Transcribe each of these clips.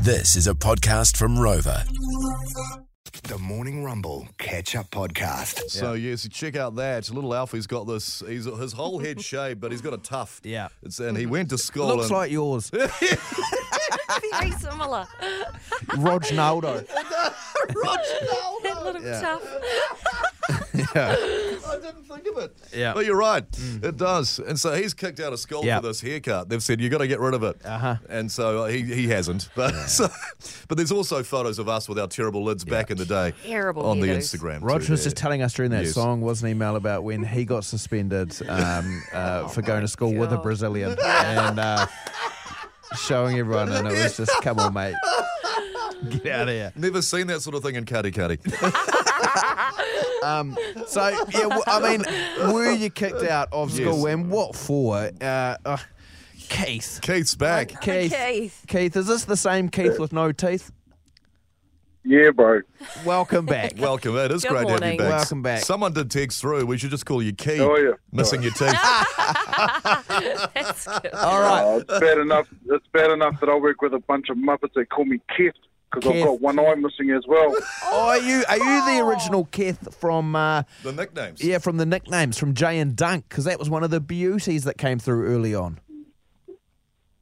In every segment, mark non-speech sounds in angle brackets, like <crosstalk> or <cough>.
This is a podcast from Rover. The Morning Rumble Catch Up Podcast. So yes, check out that little Alfie's got this. He's his whole <laughs> head shaved, but he's got a tuft. Yeah. Mm-hmm. it's, and he went to school. Looks and, <laughs> like yours, very <laughs> similar. Rog Naldo. that little tough. I didn't think of it. Yeah. but Oh, you're right. It does. And so he's kicked out of school Mm. Yeah. for this haircut. They've said you got to get rid of it. Uh-huh. And so uh, he, he hasn't. <laughs> But so, but there's also photos of us with our terrible lids back in the day. Terrible on the hairdos. Instagram. too Rog was there. just telling us during that Yes. song, wasn't he, Mel, about when he got suspended <laughs> um, uh, for going to school with a Oh God. <laughs> Brazilian and uh, showing everyone, and it was just, come on, mate, get out of here. Never seen that sort of thing in Cuddy Cuddy. <laughs> Um, so yeah, w- I mean, were you kicked out of school Yes. and what for? Uh, uh, Keith. Keith's back. Keith. Keith. Keith, is this the same Keith with no teeth? Yeah, bro. Welcome <laughs> back. Welcome. It is Good great to have you morning. back. Welcome back. Someone did text through. We should just call you Keith. How are you? Missing <laughs> your teeth. That's good. All right. Uh, it's bad enough. It's bad enough that I work with a bunch of muppets. They call me Keth because I've Keth. got one eye missing as well. Are you are you the original Keth from uh, the nicknames. yeah from the nicknames from Jay and Dunk because that was one of the beauties that came through early on.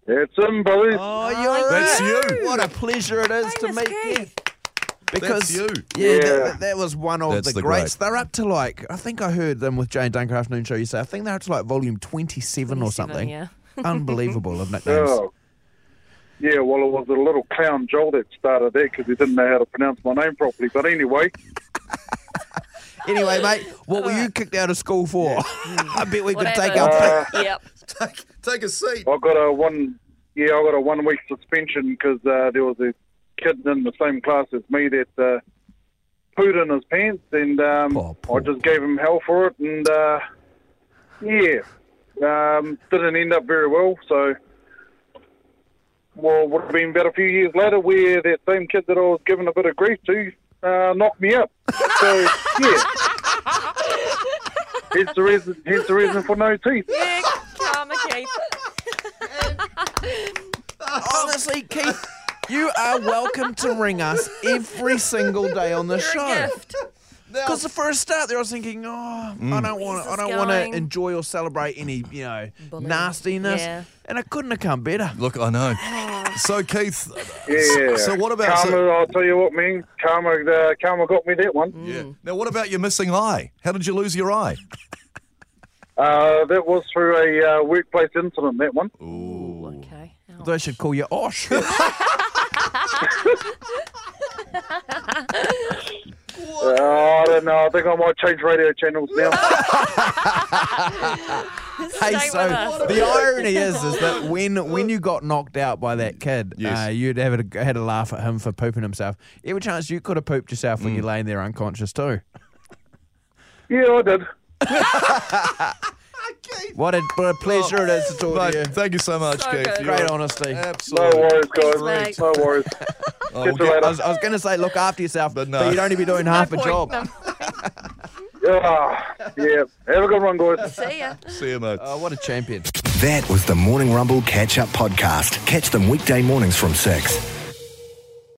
That's him, brothers. Oh, you're That's right. you. What a pleasure it is to Famous meet Keith. Keth. Because <laughs> That's you. yeah, That, Yeah. that- that was one of That's the, the greats. great. They're up to like I think I heard them with Jay and Dunk afternoon show. You say I think they're up to like volume twenty seven or 27, something. yeah. <laughs> Unbelievable of nicknames. Oh. Yeah, well, it was the little clown Joel that started that because he didn't know how to pronounce my name properly. But anyway, Anyway, mate, what were you kicked out of school for? <laughs> I bet we could take Whatever. our pick. Yep. Take, take a seat. I got a one. Yeah, I got a one week suspension because uh, there was a kid in the same class as me that uh, pooed in his pants, and um, Poor, poor. I just gave him hell for it, and uh, yeah, um, didn't end up very well. So, well, would have been about a few years later where that same kid that I was giving a bit of grief to uh, knocked me up. So yeah. Hence the reason. Hence the reason for no teeth. Yeah, Karma Keith. Honestly, Keith, you are welcome to ring us every single day on the show. A gift. Because for a start, there I was thinking, oh, I don't want, I Where's this don't want to going? enjoy or celebrate any, you know, Bullying. nastiness, Yeah. and it couldn't have come better. Look, I know. So Keith, Yeah. so what about- Karma? so- I'll tell you what, man. Karma, uh, Karma got me that one. yeah. Now, what about your missing eye? How did you lose your eye? Uh, that was through a uh, workplace incident. That one. Okay. Oh, They should call you <laughs> Osh. Uh, I don't know. I think I might change radio channels now. <laughs> Hey, Stay so with us. the irony is, is that when when you got knocked out by that kid, Yes. uh, you'd have a, had a laugh at him for pooping himself. Every chance you could have pooped yourself when you're laying there unconscious too. yeah, I did. What a, what a pleasure it is to talk Mate, to you. thank you so much, So Keith. good. You're Great honesty. Uh, No Absolutely. worries, guys. Thanks, mate. No worries. Oh, Catch you yeah. I later. was, I was going to say look after yourself, But but, no. you'd only be doing half a point. job. <laughs> No. Ah, yeah. Have a good one, guys. See ya. See you, mate. Oh, what a champion. That was the Morning Rumble Catch Up Podcast. Catch them weekday mornings from 6.